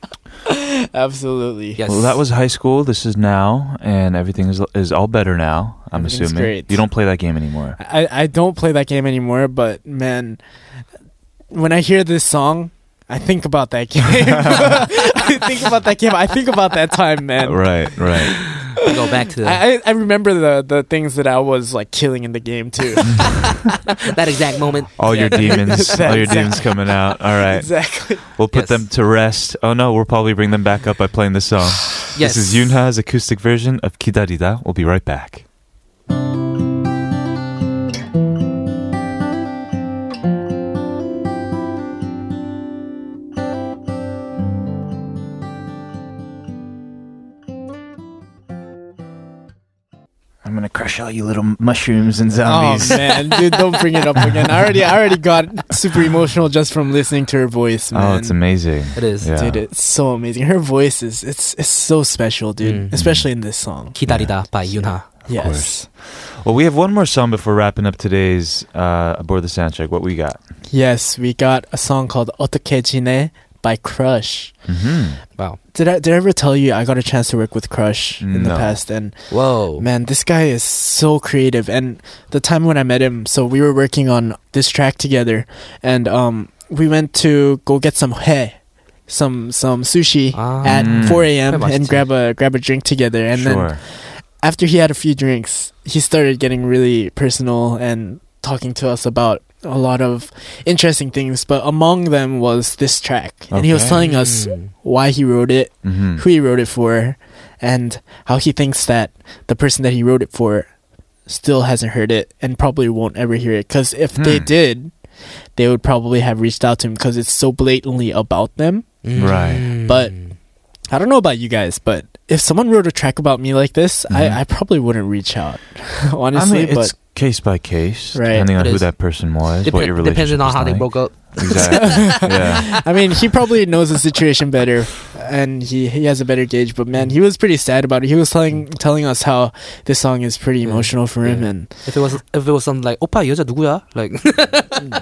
H: Absolutely.
C: Yes.
B: Well, that was high school. This is now, and everything is is all better now. I'm
H: Everything's
B: assuming
H: great.
B: you don't play that game anymore.
H: I, I don't play that game anymore, but man, when I hear this song, I think about that game. I think about that game. I think about that time, man.
B: Right, right.
C: go back to the,
H: I, I I remember the the things that I was like killing in the game too.
C: that exact moment.
B: All your demons, all your
H: Exactly.
B: demons coming out. All right,
H: exactly.
B: we'll put
C: Yes.
B: them to rest. Oh no, we'll probably bring them back up by playing this song.
C: Yes.
B: This is Yunha's acoustic version of Kidarida. We'll be right back. I'm gonna crush all you little mushrooms and
H: Oh man, dude, don't bring it up again. I already I already got super emotional just from listening to her voice, man.
B: Oh, it's amazing.
C: It is.
B: Yeah.
H: Dude, it's so amazing. Her voice is it's it's so special, dude.
B: Mm-hmm.
C: Mm.
H: Especially in this song.
C: 기다리다 by 윤하.
H: yes.
B: Well, we have one more song before wrapping up today's uh, Aboard the Soundtrack. What we got?
H: Yes, we got a song called 어떻게 지내 by Crush.
B: Mm-hmm.
C: Wow.
H: Did I did I ever tell you I got a chance to work with Crush in the
B: No.
H: past and
C: Whoa.
H: Man, this guy is so creative. And the time when I met him, so we were working on this track together, and um, we went to go get some hae, some some sushi
C: Ah.
B: Mm.
H: at 4 a.m.
C: Pretty much
H: and
C: tea.
H: grab a grab a drink together. And
B: sure.
H: then after he had a few drinks, he started getting really personal and talking to us about a lot of interesting things. But among them was this track, and he was
B: Okay. Hmm.
H: telling us
C: Mm.
H: why he wrote it
B: Mhm.
H: who he wrote it for and how he thinks that the person that he wrote it for still hasn't heard it and probably won't ever hear it because if they
B: Hmm.
H: did they would probably have reached out to him because it's so blatantly about them
B: Mm. Right.
H: But- i don't know about you guys but if someone wrote a track about me like this
B: Mhm.
H: I, I probably wouldn't reach out
B: I
H: honestly
B: mean,
H: but
B: it's case by case,
H: Right.
B: depending on
C: It
B: who
C: is.
B: that person was, what your
C: Dep-
B: relationship
C: depending on
B: was
C: how
B: like.
C: they broke up.
B: Exactly. yeah.
H: i mean he probably knows the situation better and he, he has a better gauge but man he was pretty sad about it he was telling telling us how this song is pretty
C: Yeah.
H: emotional for him
C: Yeah.
H: and
C: If it was if it was something like 오빠 여자 누구야? Like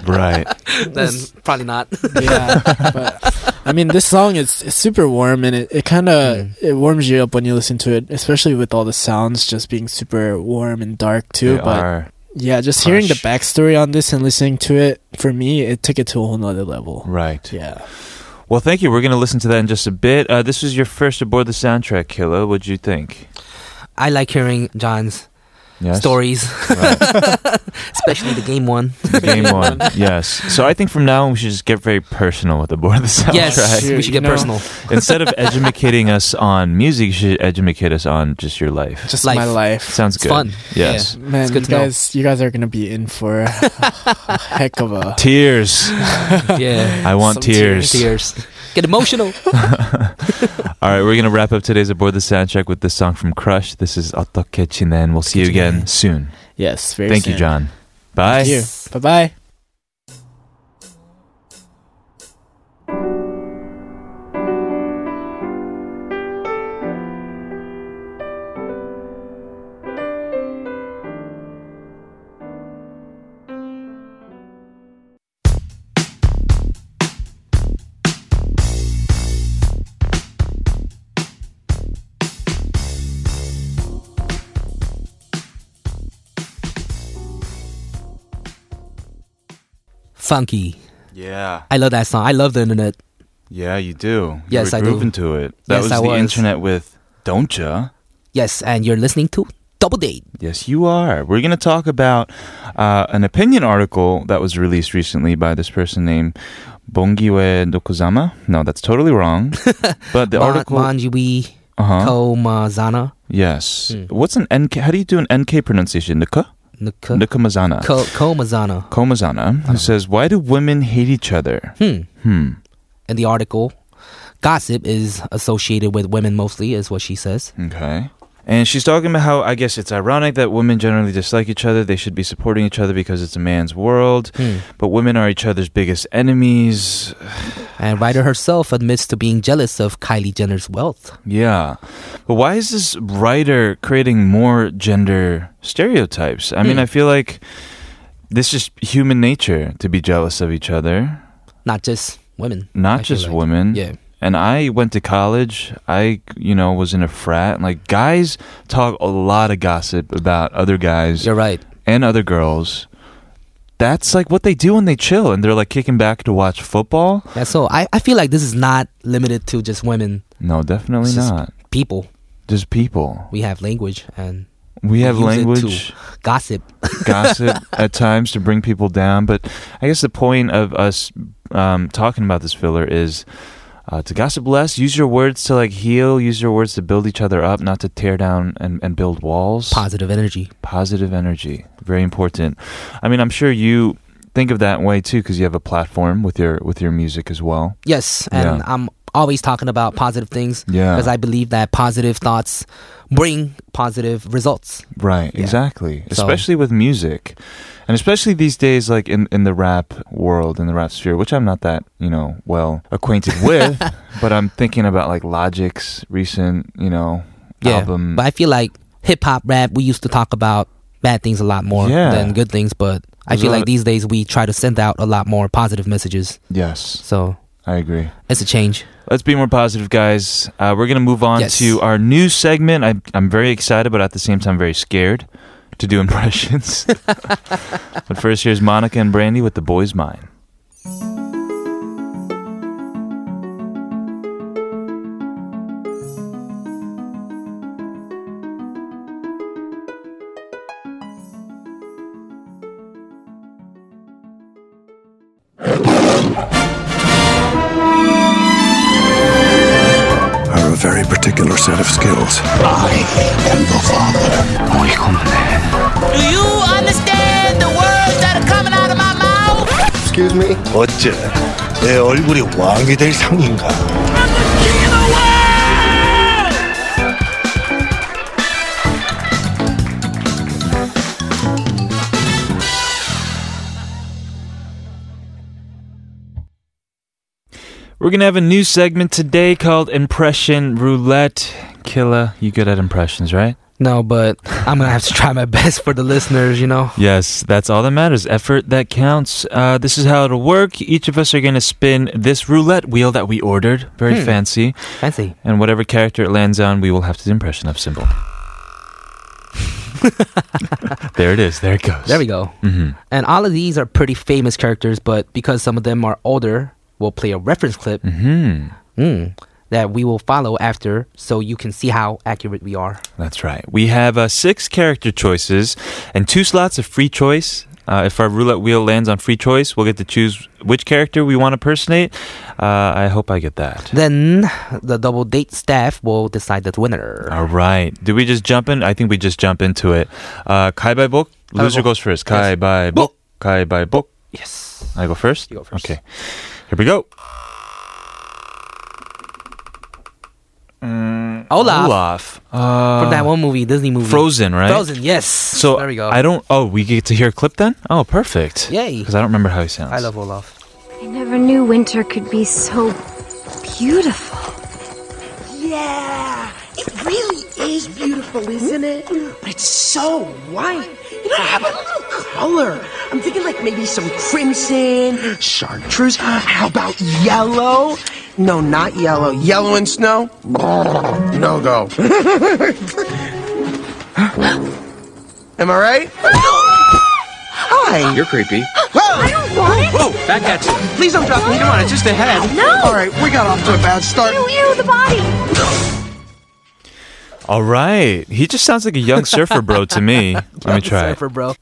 B: Right.
C: then probably not.
H: yeah but i mean this song is it's super warm and it, it kind of
C: Mm.
B: Mm-hmm.
H: it warms you up when you listen to it especially with all the sounds just being super warm and dark too
B: They
H: but
B: are.
H: yeah just hearing the
B: Crush.
H: backstory on this and listening to it for me it took it to a whole nother level
B: Right.
H: yeah
B: Well, thank you. We're going to listen to that in just a bit. Uh, this was your first Aboard the Soundtrack, Killa. What'd you think?
C: I like hearing John's
B: Yes.
C: stories,
B: Right.
C: especially the game one.
B: Game one. Yes. So I think from now on, we should just get very personal with Aboard the Soundtrack.
C: yes, we
H: Dude,
C: should
H: you
C: get
H: know-
C: personal.
B: Instead of educating us on music, you should educate us on just your life.
H: just
C: Life.
H: my life
B: Sounds
C: It's
B: good.
C: fun.
B: Yes.
H: man
C: good
H: you
C: to know.
H: guys you guys are gonna be in for a heck of a
B: Tears.
C: Yeah.
B: I want
H: Some
B: tears.
C: Tears. Get emotional.
B: All right, we're going to wrap up today's Aboard the Soundtrack with this song from Crush. This is 어떻게 지내? and We'll see you again soon.
H: yes very
B: Thank you,
H: soon.
B: John. Bye.
H: thank you bye-bye
C: Funky.
B: Yeah.
C: I love that song. I love the internet.
B: Yeah, you do. You
C: Yes,
B: were
C: I do.
B: grooving to it. That
C: Yes,
B: was
C: I
B: the
C: was.
B: internet with Don't Ya?
C: Yes, and you're listening to Double Date.
B: Yes, you are. We're going to talk about uh, an opinion article that was released recently by this person named Bongiwe Dokuzama. No, that's totally wrong. But the article.
C: Manjiwi
B: uh-huh.
C: Komazana.
B: Yes.
C: Mm.
B: What's an NK? How do you do an NK pronunciation? Nuka?
C: Nuka-
B: Nukamazana.
C: Ko- Komazana.
B: Komazana,
C: Uh-huh.
B: who says, Why do women hate each other?
C: Hmm.
B: Hmm.
C: In the article, gossip is associated with women mostly, is what she says.
B: Okay. And she's talking about how I guess it's ironic that women generally dislike each other. They should be supporting each other because it's a man's world.
C: Hmm.
B: But women are each other's biggest enemies.
C: And writer herself admits to being jealous of Kylie Jenner's wealth.
B: Yeah. But why is this writer creating more gender stereotypes? I mean,
C: Hmm.
B: I feel like this is human nature to be jealous of each other,
C: Not just women.
B: not
C: I feel
B: just
C: like.
B: women.
C: Yeah.
B: And I went to college. I, you know, was in a frat. And like, guys talk a lot of gossip about other guys.
C: You're right.
B: and other girls. That's like what they do when they chill and they're like kicking back to watch football.
C: Yeah, so I, I feel like this is not limited to just women,
B: No, definitely
C: This is-
B: not.
C: people.
B: There's people.
C: We have language and
B: We have
C: use it to
B: language,
C: gossip.
B: gossip at times to bring people down. But I guess the point of us um, talking about this filler is uh, to gossip less, use your words to like heal, use your words to build each other up, not to tear down and, and build walls.
C: Positive energy.
B: Positive energy, very important. I mean, I'm sure you think of that way too because you have a platform with your with your music as well.
C: Yes, and
B: Yeah.
C: I'm always talking about positive things
B: Yeah.
C: because I believe that positive thoughts bring positive results.
B: Right,
C: Yeah.
B: exactly.
C: So-
B: Especially with music. And especially these days like in, in the rap world, in the rap sphere, which I'm not that, you know, well acquainted with, but I'm thinking about like Logic's recent, you know, album.
C: But I feel like hip hop, rap, we used to talk about bad things a lot more
B: Yeah.
C: than good things, but I
B: There's a
C: feel
B: lot
C: like
B: of-
C: these days we try to send out a lot more positive messages.
B: yes,
C: So
B: I agree.
C: it's a change.
B: Let's be more positive, guys. Uh, we're going to move on
C: Yes.
B: to our new segment. I, I'm very excited, but at the same time, very scared to do impressions. but first, here's Monica and Brandy with The Boy's Mine.
I: Are a very particular set of skills. I am the father. Muy complejo.
G: Do you understand the words that are coming out of my mouth?
I: Excuse me. 어째 내 얼굴이 왕이 될 상인가?
G: I'm the king of the world!
B: We're gonna have a new segment today called Impression Roulette. Killa, you good at impressions, right?
C: No, but I'm gonna have to try my best for the listeners, you know.
B: Yes, that's all that matters. Effort that counts. Uh, this is how it'll work. Each of us are gonna spin this roulette wheel that we ordered. Very
C: Hmm.
B: fancy.
C: Fancy.
B: And whatever character it lands on, we will have to do impression of symbol. there it is. There it goes.
C: There we go.
B: hmm
C: And all of these are pretty famous characters, but because some of them are older, we'll play a reference clip
B: hmm
C: mm, that we will follow after so you can see how accurate we are.
B: That's right. We have uh, six character choices and two slots of free choice. Uh, if our roulette wheel lands on free choice, we'll get to choose which character we want to impersonate. Uh, I hope I get that.
C: Then the double date staff will decide the winner.
B: All right. Did we just jump in? I think we just jump into it. Uh, Kai by book. Loser goes
C: Book.
B: first. Kai
C: Yes.
B: by book. Kai by book.
C: Yes.
B: I go first.
C: You go first.
B: Okay. Here we go.
C: Olaf,
B: Olaf. Uh,
C: from that one movie, Disney movie.
B: Frozen, right?
C: Frozen, yes.
B: So
C: there we go.
B: I don't. Oh, we get to hear a clip then. Oh, perfect.
C: Yay.
B: Because I don't remember how he sounds.
C: I love Olaf.
E: I never knew winter could be so beautiful.
G: Yeah, it really is beautiful, isn't it? But it's so white. You know, have a little color. I'm thinking like maybe some crimson, chartreuse. How about yellow? No, not yellow. Yellow and snow? No go. Am I right? Hi. You're creepy. Whoa! I don't want it. Whoa, back at you. Please don't drop me. Come on, it's just a head.
E: No.
G: All right, we got off to a bad start.
E: Ew, ew, the body.
B: All right. He just sounds like a young surfer bro to me. Let me try. it.
C: Surfer, bro.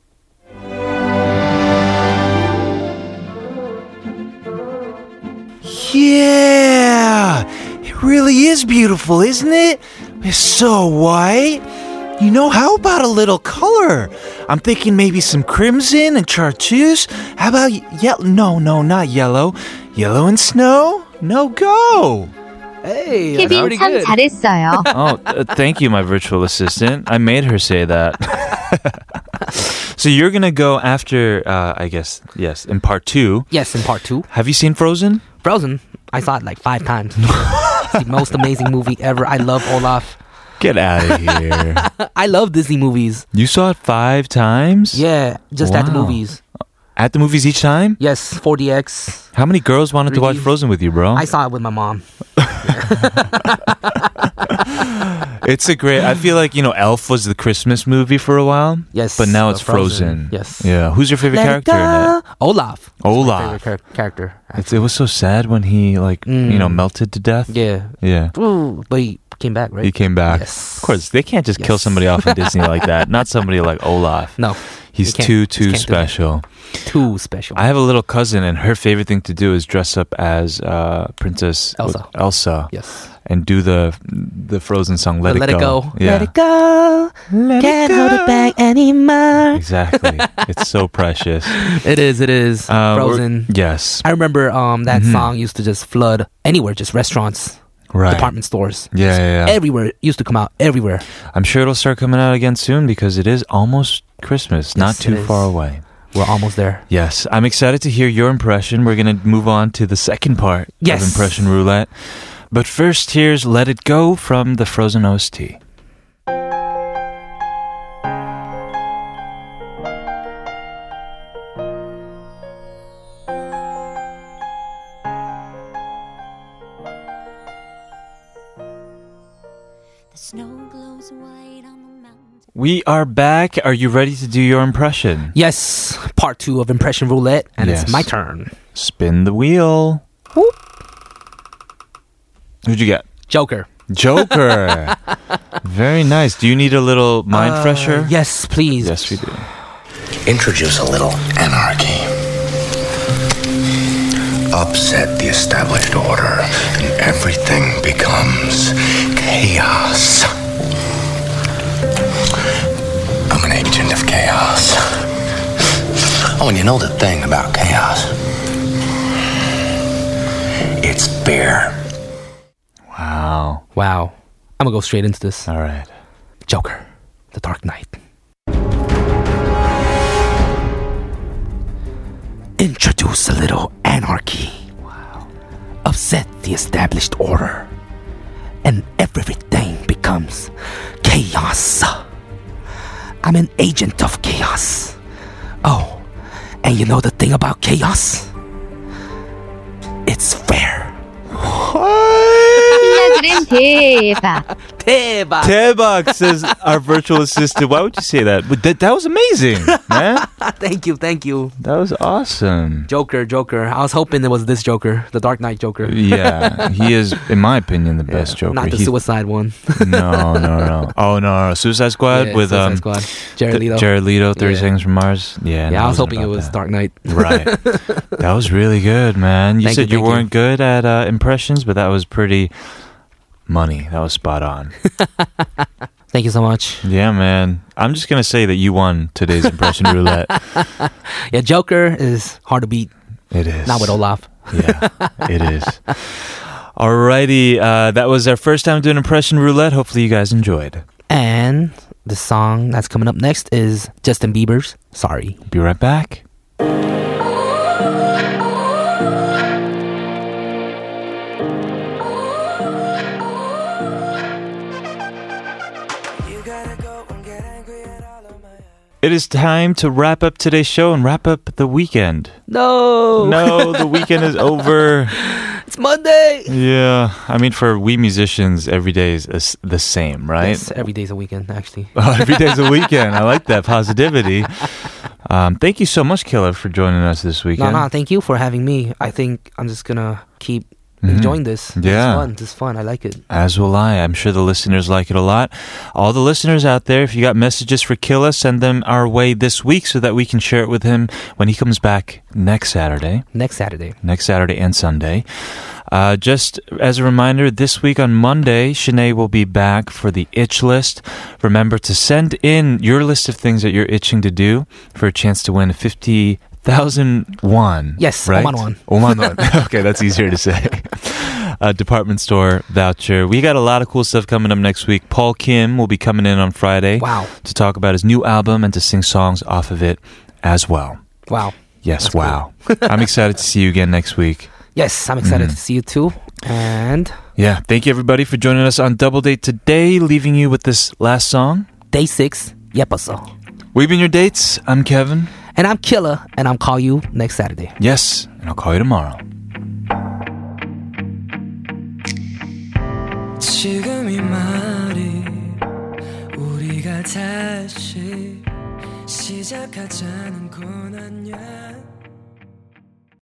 B: Yeah. It really is beautiful, isn't it? It's so white. You know, how about a little color? I'm thinking maybe some crimson and chartreuse. How about yellow? No, no, not yellow. Yellow and snow? No go.
C: Hey, that's pretty good.
E: 잘했어요.
B: Oh, uh, thank you, my virtual assistant. I made her say that. so you're gonna go after, uh, I guess, yes, in part two.
C: Yes, in part two.
B: Have you seen Frozen?
C: Frozen, I saw it like five times. It's the most amazing movie ever. I love Olaf.
B: Get out of here!
C: I love Disney movies.
B: you saw it five times.
C: Yeah, just at the
B: Wow.
C: movies.
B: At the movies each time.
C: Yes, 4DX.
B: How many girls wanted to watch
C: Really?
B: Frozen with you, bro?
C: I saw it with my mom.
B: it's a great. I feel like you know, Elf was the Christmas movie for a while.
C: Yes,
B: but now
C: uh,
B: it's Frozen.
C: Frozen. Yes.
B: Yeah. Who's your favorite character? In it?
C: Olaf. That's my
B: Olaf.
C: favorite char- character.
B: It's, it was so sad when he like you know
C: Mm.
B: melted to death.
C: Yeah.
B: Yeah.
C: Ooh, but he came back, right?
B: He came back.
C: Yes.
B: Of course, they can't just kill somebody off in Disney like that. Not somebody like Olaf.
C: No.
B: He's
C: You can't-
B: too
C: you
B: too
C: can't do that.
B: special.
C: Too special.
B: I have a little cousin, and her favorite thing to do is dress up as uh, Princess
C: Elsa.
B: Elsa,
C: yes.
B: and do the the Frozen song "Let,
C: The Let It Go.
B: Yeah,
F: Let it go. Can't hold it back anymore.
B: exactly. it's so precious.
C: It is. It is.
B: Uh, we're-
C: Frozen.
B: Yes.
C: I remember um that
B: Mhm.
C: song used to just flood anywhere, just restaurants,
B: Right.
C: department stores.
B: Yeah, yeah, yeah.
C: Everywhere it used to come out everywhere.
B: I'm sure it'll start coming out again soon because it is almost Christmas, not
C: Yes, it
B: too
C: is.
B: far away.
C: We're almost there.
B: Yes, I'm excited to hear your impression. We're going to move on to the second part
C: Yes.
B: of Impression Roulette. But first, here's Let It Go from the Frozen OST. We are back. Are you ready to do your impression?
C: Yes, part two of impression roulette, and
B: Yes.
C: it's my turn.
B: Spin the wheel. Who'd you get?
C: Joker.
B: Joker. Very nice. Do you need a little mind
C: Uh,
B: fresher?
C: Yes, please.
B: Yes, we do.
I: Introduce a little anarchy. Upset the established order, and everything becomes chaos. I'm an agent of chaos. Oh, and you know the thing about chaos? It's fear.
B: Wow.
C: Wow. I'm gonna go straight into this.
B: All right.
C: Joker, The Dark Knight. Introduce a little anarchy. Upset the established order. And everything becomes chaos. I'm an agent of chaos. Oh, and you know the thing about chaos? It's fair.
J: 신나들은 대박.
C: 대박.
B: Tebok says our virtual assistant. Why would you say that? But that, that was amazing, man.
C: Thank you, thank you.
B: That was awesome.
C: Joker, Joker. I was hoping it was this Joker, the Dark Knight Joker.
B: Yeah, he is, in my opinion, the best Joker.
C: Not the
B: He-
C: Suicide one.
B: no, no, no. Oh no, no. Suicide Squad
C: Yeah,
B: with
C: Suicide
B: um
C: Squad. Jared
B: th-
C: Leto.
B: Jared Leto, Thirty
C: Yeah.
B: Seconds from Mars. Yeah,
C: yeah,
B: no,
C: I was
B: wasn't
C: hoping it
B: about
C: was
B: that.
C: Dark Knight.
B: Right. That was really good, man. You
C: Thank you,
B: said you,
C: thank you.
B: weren't good at uh, impressions, but that was pretty money. That was spot on.
C: Thank you so much.
B: yeah, man. I'm just gonna say that you won today's impression roulette.
C: Yeah, Joker is hard to beat.
B: It is
C: Not with Olaf.
B: yeah, it is. Alrighty, uh, that was our first time doing impression roulette. Hopefully, you guys enjoyed.
C: And the song that's coming up next is Justin Bieber's Sorry.
B: Be right back. It is time to wrap up today's show and wrap up the weekend.
C: No.
B: No, the weekend is over.
C: It's Monday.
B: Yeah, I mean, for we musicians, every day is is the same, right?
C: Yes, every day's a weekend, actually.
B: Oh, every day's a weekend. I like that positivity. Um, thank you so much, Killer, for joining us this
C: No,
B: weekend.
C: no, thank you for having me. I think I'm just gonna keep
B: Mhm.
C: enjoying this.
B: Yeah.
C: It's fun. It's fun. I like it.
B: As will I. I'm sure the listeners like it a lot. All the listeners out there, if you got messages for Killa, send them our way this week so that we can share it with him when he comes back next Saturday.
C: Next Saturday.
B: next Saturday and Sunday. Uh, just as a reminder, this week on Monday, Shanae will be back for the itch list. Remember to send in your list of things that you're itching to do for a chance to win 50,000 won.
C: Yes,
B: right?
C: Oman won.
B: Oman won. okay, that's easier to say. A department store voucher. We got a lot of cool stuff coming up next week. Paul Kim will be coming in on Friday
C: Wow.
B: to talk about his new album and to sing songs off of it as well.
C: Wow.
B: Yes,
C: That's
B: wow. I'm excited to see you again next week.
C: Yes, I'm excited
B: Mhm.
C: to see you too. And
B: Yeah, thank you everybody for joining us on Double Date today, leaving you with this last song.
C: day six, Yepaso.
B: We've been your dates. I'm Kevin.
C: And I'm Killer, and I'll call you next Saturday.
B: Yes, and I'll call you tomorrow.
F: 지금 이 말이 우리가 다시 시작하자는 건 아니야